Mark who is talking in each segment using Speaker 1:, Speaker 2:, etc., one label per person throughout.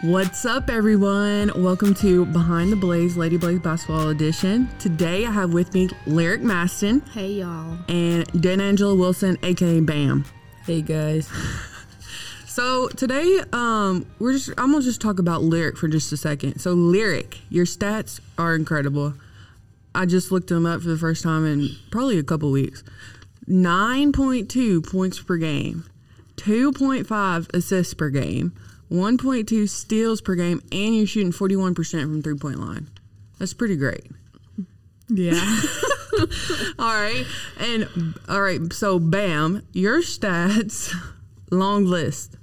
Speaker 1: What's up, everyone? Welcome to Behind the Blaze Lady Blaze Basketball Edition. Today, I have with me Lyric Maston
Speaker 2: Hey y'all.
Speaker 1: and Danangela Wilson, aka Bam.
Speaker 3: Hey guys.
Speaker 1: So today, um, we're just I'm gonna just talk about Lyric for just a second. So Lyric, your stats are incredible. I just looked them up for the first time in probably a couple weeks. 9.2 points per game, 2.5 assists per game, 1.2 steals per game, and you're shooting 41% from three point line. That's pretty great.
Speaker 3: Yeah.
Speaker 1: All right. And all right, so bam, your stats long list.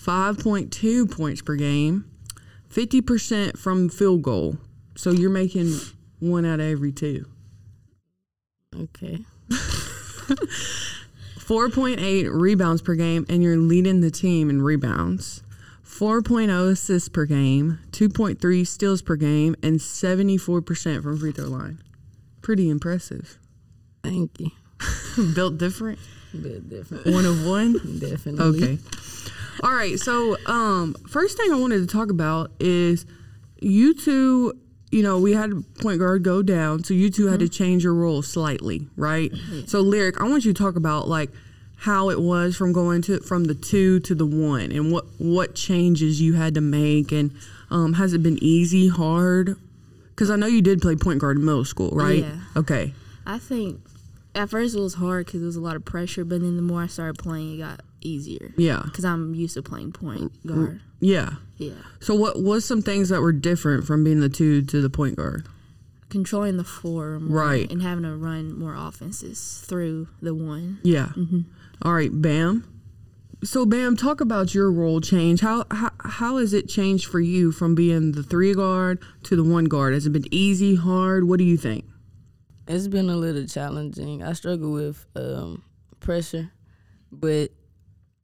Speaker 1: 5.2 points per game, 50% from field goal. So you're making one out of every two.
Speaker 3: okay.
Speaker 1: 4.8 rebounds per game, and you're leading the team in rebounds. 4.0 assists per game, 2.3 steals per game, and 74% from free throw line. Pretty impressive.
Speaker 3: Thank you.
Speaker 1: Built different,
Speaker 3: Bit different.
Speaker 1: one of one.
Speaker 3: Definitely.
Speaker 1: Okay. All right. So, um, first thing I wanted to talk about is you two. You know, we had point guard go down, so you 2 had to change your role slightly, right? So, lyric, I want you to talk about like how it was from going to from the two to the one, and what what changes you had to make, and um, has it been easy, hard? Because I know you did play point guard in middle school, right?
Speaker 2: Yeah.
Speaker 1: Okay.
Speaker 2: I think at first it was hard because it was a lot of pressure, but then the more I started playing, it got easier.
Speaker 1: Yeah.
Speaker 2: Because I'm used to playing point
Speaker 3: Mm-hmm.
Speaker 2: guard.
Speaker 1: Yeah.
Speaker 2: Yeah.
Speaker 1: So, what was some things that were different from being the two to the point guard?
Speaker 2: Controlling the floor more
Speaker 1: Right.
Speaker 2: and having to run more offenses through the one.
Speaker 1: Yeah. All right, Bam. So, Bam, talk about your role change. How, how how has it changed for you from being the three guard to the one guard? Has it been easy, hard? What do you think?
Speaker 3: It's been a little challenging. I struggle with um, pressure, but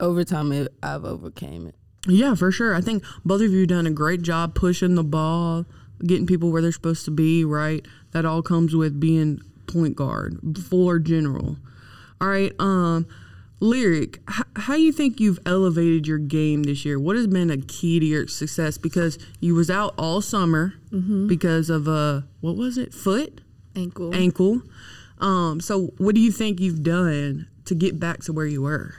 Speaker 3: over time it, I've overcame it.
Speaker 1: Yeah, for sure. I think both of you done a great job pushing the ball, getting people where they're supposed to be. Right. That all comes with being point guard, floor general. All right. Um, lyric. H- how you think you've elevated your game this year? What has been a key to your success? Because you was out all summer because of uh, what was it? Foot,
Speaker 2: Ankle.
Speaker 1: ankle. Um, so what do you think you've done to get back to where you were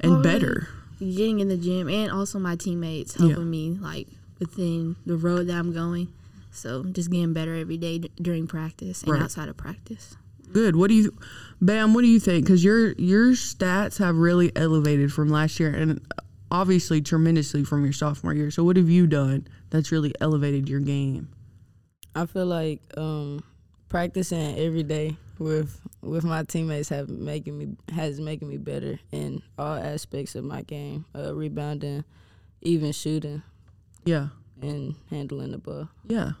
Speaker 1: and
Speaker 2: Already-
Speaker 1: better?
Speaker 2: Um, Getting in the gym and also my teammates
Speaker 1: Yeah.
Speaker 2: helping me like within the road that I'm going. So just getting better every day d- during practice and
Speaker 1: Right.
Speaker 2: outside of practice.
Speaker 1: Good. What do you, Bam? What do you think? Because your your stats have really elevated from last year, and obviously tremendously from your sophomore year. So, what have you done that's really elevated your game?
Speaker 3: I feel like um, practicing every day with with my teammates have making me has making me better in all aspects of my game, uh, rebounding, even shooting,
Speaker 1: Yeah,
Speaker 3: and handling the ball.
Speaker 1: yeah.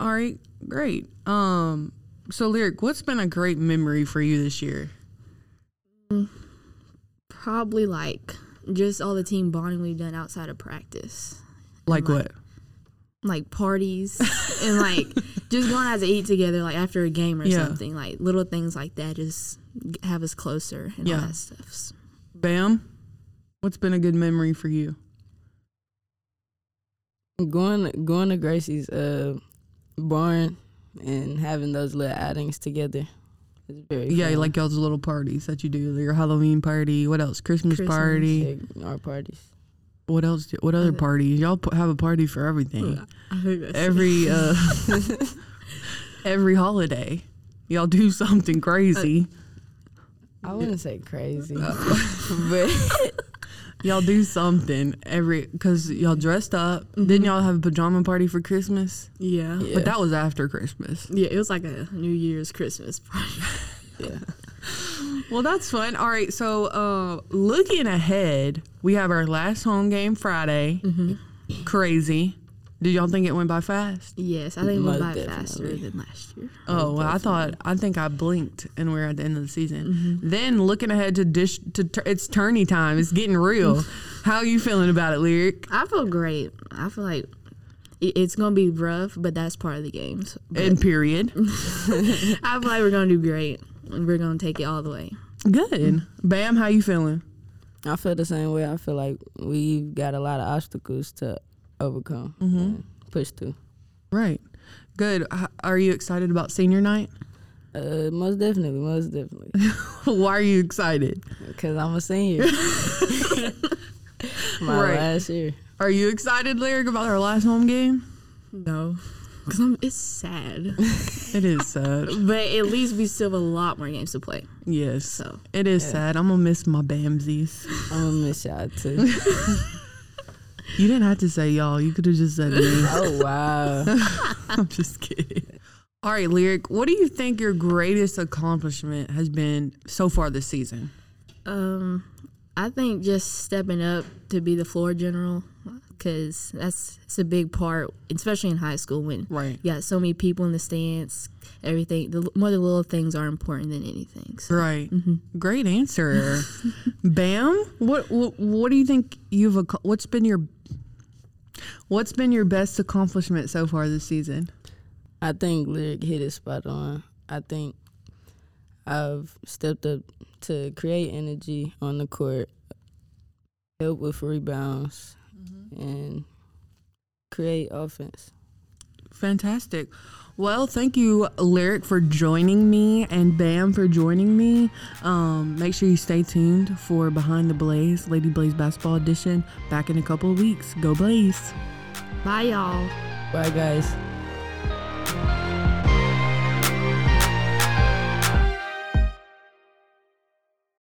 Speaker 1: All right, great. Um, so lyric, what's been a great memory for you this year?
Speaker 2: Probably like just all the team bonding we've done outside of practice.
Speaker 1: Like what?
Speaker 2: like parties and like just going out to eat together like after a game or
Speaker 1: Yeah.
Speaker 2: something like little things like that just g- have us closer and
Speaker 1: Yeah.
Speaker 2: all that stuff S-
Speaker 1: Bam. What's been a good memory for you?
Speaker 3: going going to Gracie's uh barn and having those little outings together is very
Speaker 1: Yeah,
Speaker 3: fun.
Speaker 1: like y'all's little parties that you do, your Halloween party. What else? Christmas,
Speaker 2: Christmas.
Speaker 1: party.
Speaker 3: Big our parties.
Speaker 1: What else? do- What other
Speaker 2: Other-
Speaker 1: parties? Y'all p- have a party for everything.
Speaker 2: I think that's
Speaker 1: Every uh, every holiday, y'all do something crazy.
Speaker 3: I wouldn't say crazy, but
Speaker 1: Y'all do something every because y'all dressed up. Didn't y'all have a pajama party for Christmas?
Speaker 2: yeah. yeah
Speaker 1: But that was after Christmas.
Speaker 2: it was like a New Year's Christmas party
Speaker 3: yeah.
Speaker 1: Well, that's fun. All right, so uh, looking ahead, we have our last home game Friday. Mm-hmm. Crazy. Did y'all think it went by fast?
Speaker 2: yes I think we'll
Speaker 3: Most
Speaker 2: buy it faster
Speaker 3: definitely.
Speaker 2: than last year
Speaker 1: Oh, well, I thought I think I blinked, and we're at the end of the season. Then looking ahead to dish to tur- it's tourney time. It's getting real. How you feeling about it, lyric?
Speaker 2: I feel great I feel like i- it's gonna be rough but that's part of the game so
Speaker 1: And period.
Speaker 2: I feel like we're gonna do great and we're gonna take it all the way
Speaker 1: Good. Bam, how you feeling?
Speaker 3: I feel the same way. I feel like we've got a lot of obstacles to overcome and push through.
Speaker 1: Right. Good. H- Are you excited about senior night?
Speaker 3: Uh, most definitely, most definitely,
Speaker 1: Why are you excited?
Speaker 3: because I'm a senior. My
Speaker 1: Right.
Speaker 3: last year.
Speaker 1: Are you excited, Lyric, about our last home game?
Speaker 2: No, because I'm. It's sad,
Speaker 1: It is sad.
Speaker 2: but at least we still have a lot more games to play.
Speaker 1: Yes.
Speaker 2: So.
Speaker 1: It is sad. I'm going to miss my Bamsies.
Speaker 3: I'm gonna miss y'all too.
Speaker 1: You didn't have to say y'all. You could have just said me.
Speaker 3: oh wow.
Speaker 1: I'm just kidding. All right, Lyric, what do you think your greatest accomplishment has been so far this season?
Speaker 2: Um, I think just stepping up to be the floor general, because that's it's a big part, especially in high school when
Speaker 1: Right.
Speaker 2: you got so many people in the stands. Everything, the l- more the little things are important than anything. So
Speaker 1: Right. Great answer. Bam, what, what what do you think you've acco- what's been your what's been your best accomplishment so far this season?
Speaker 3: I think Lyric hit it spot on. I think I've stepped up to create energy on the court, help with rebounds, and create offense.
Speaker 1: Fantastic. Well, thank you, Lyric, for joining me and Bam for joining me. Um, make sure you stay tuned for Behind the Blaze, Lady Blaze Basketball Edition, back in a couple of weeks. Go Blaze.
Speaker 2: bye, y'all.
Speaker 3: Bye, guys.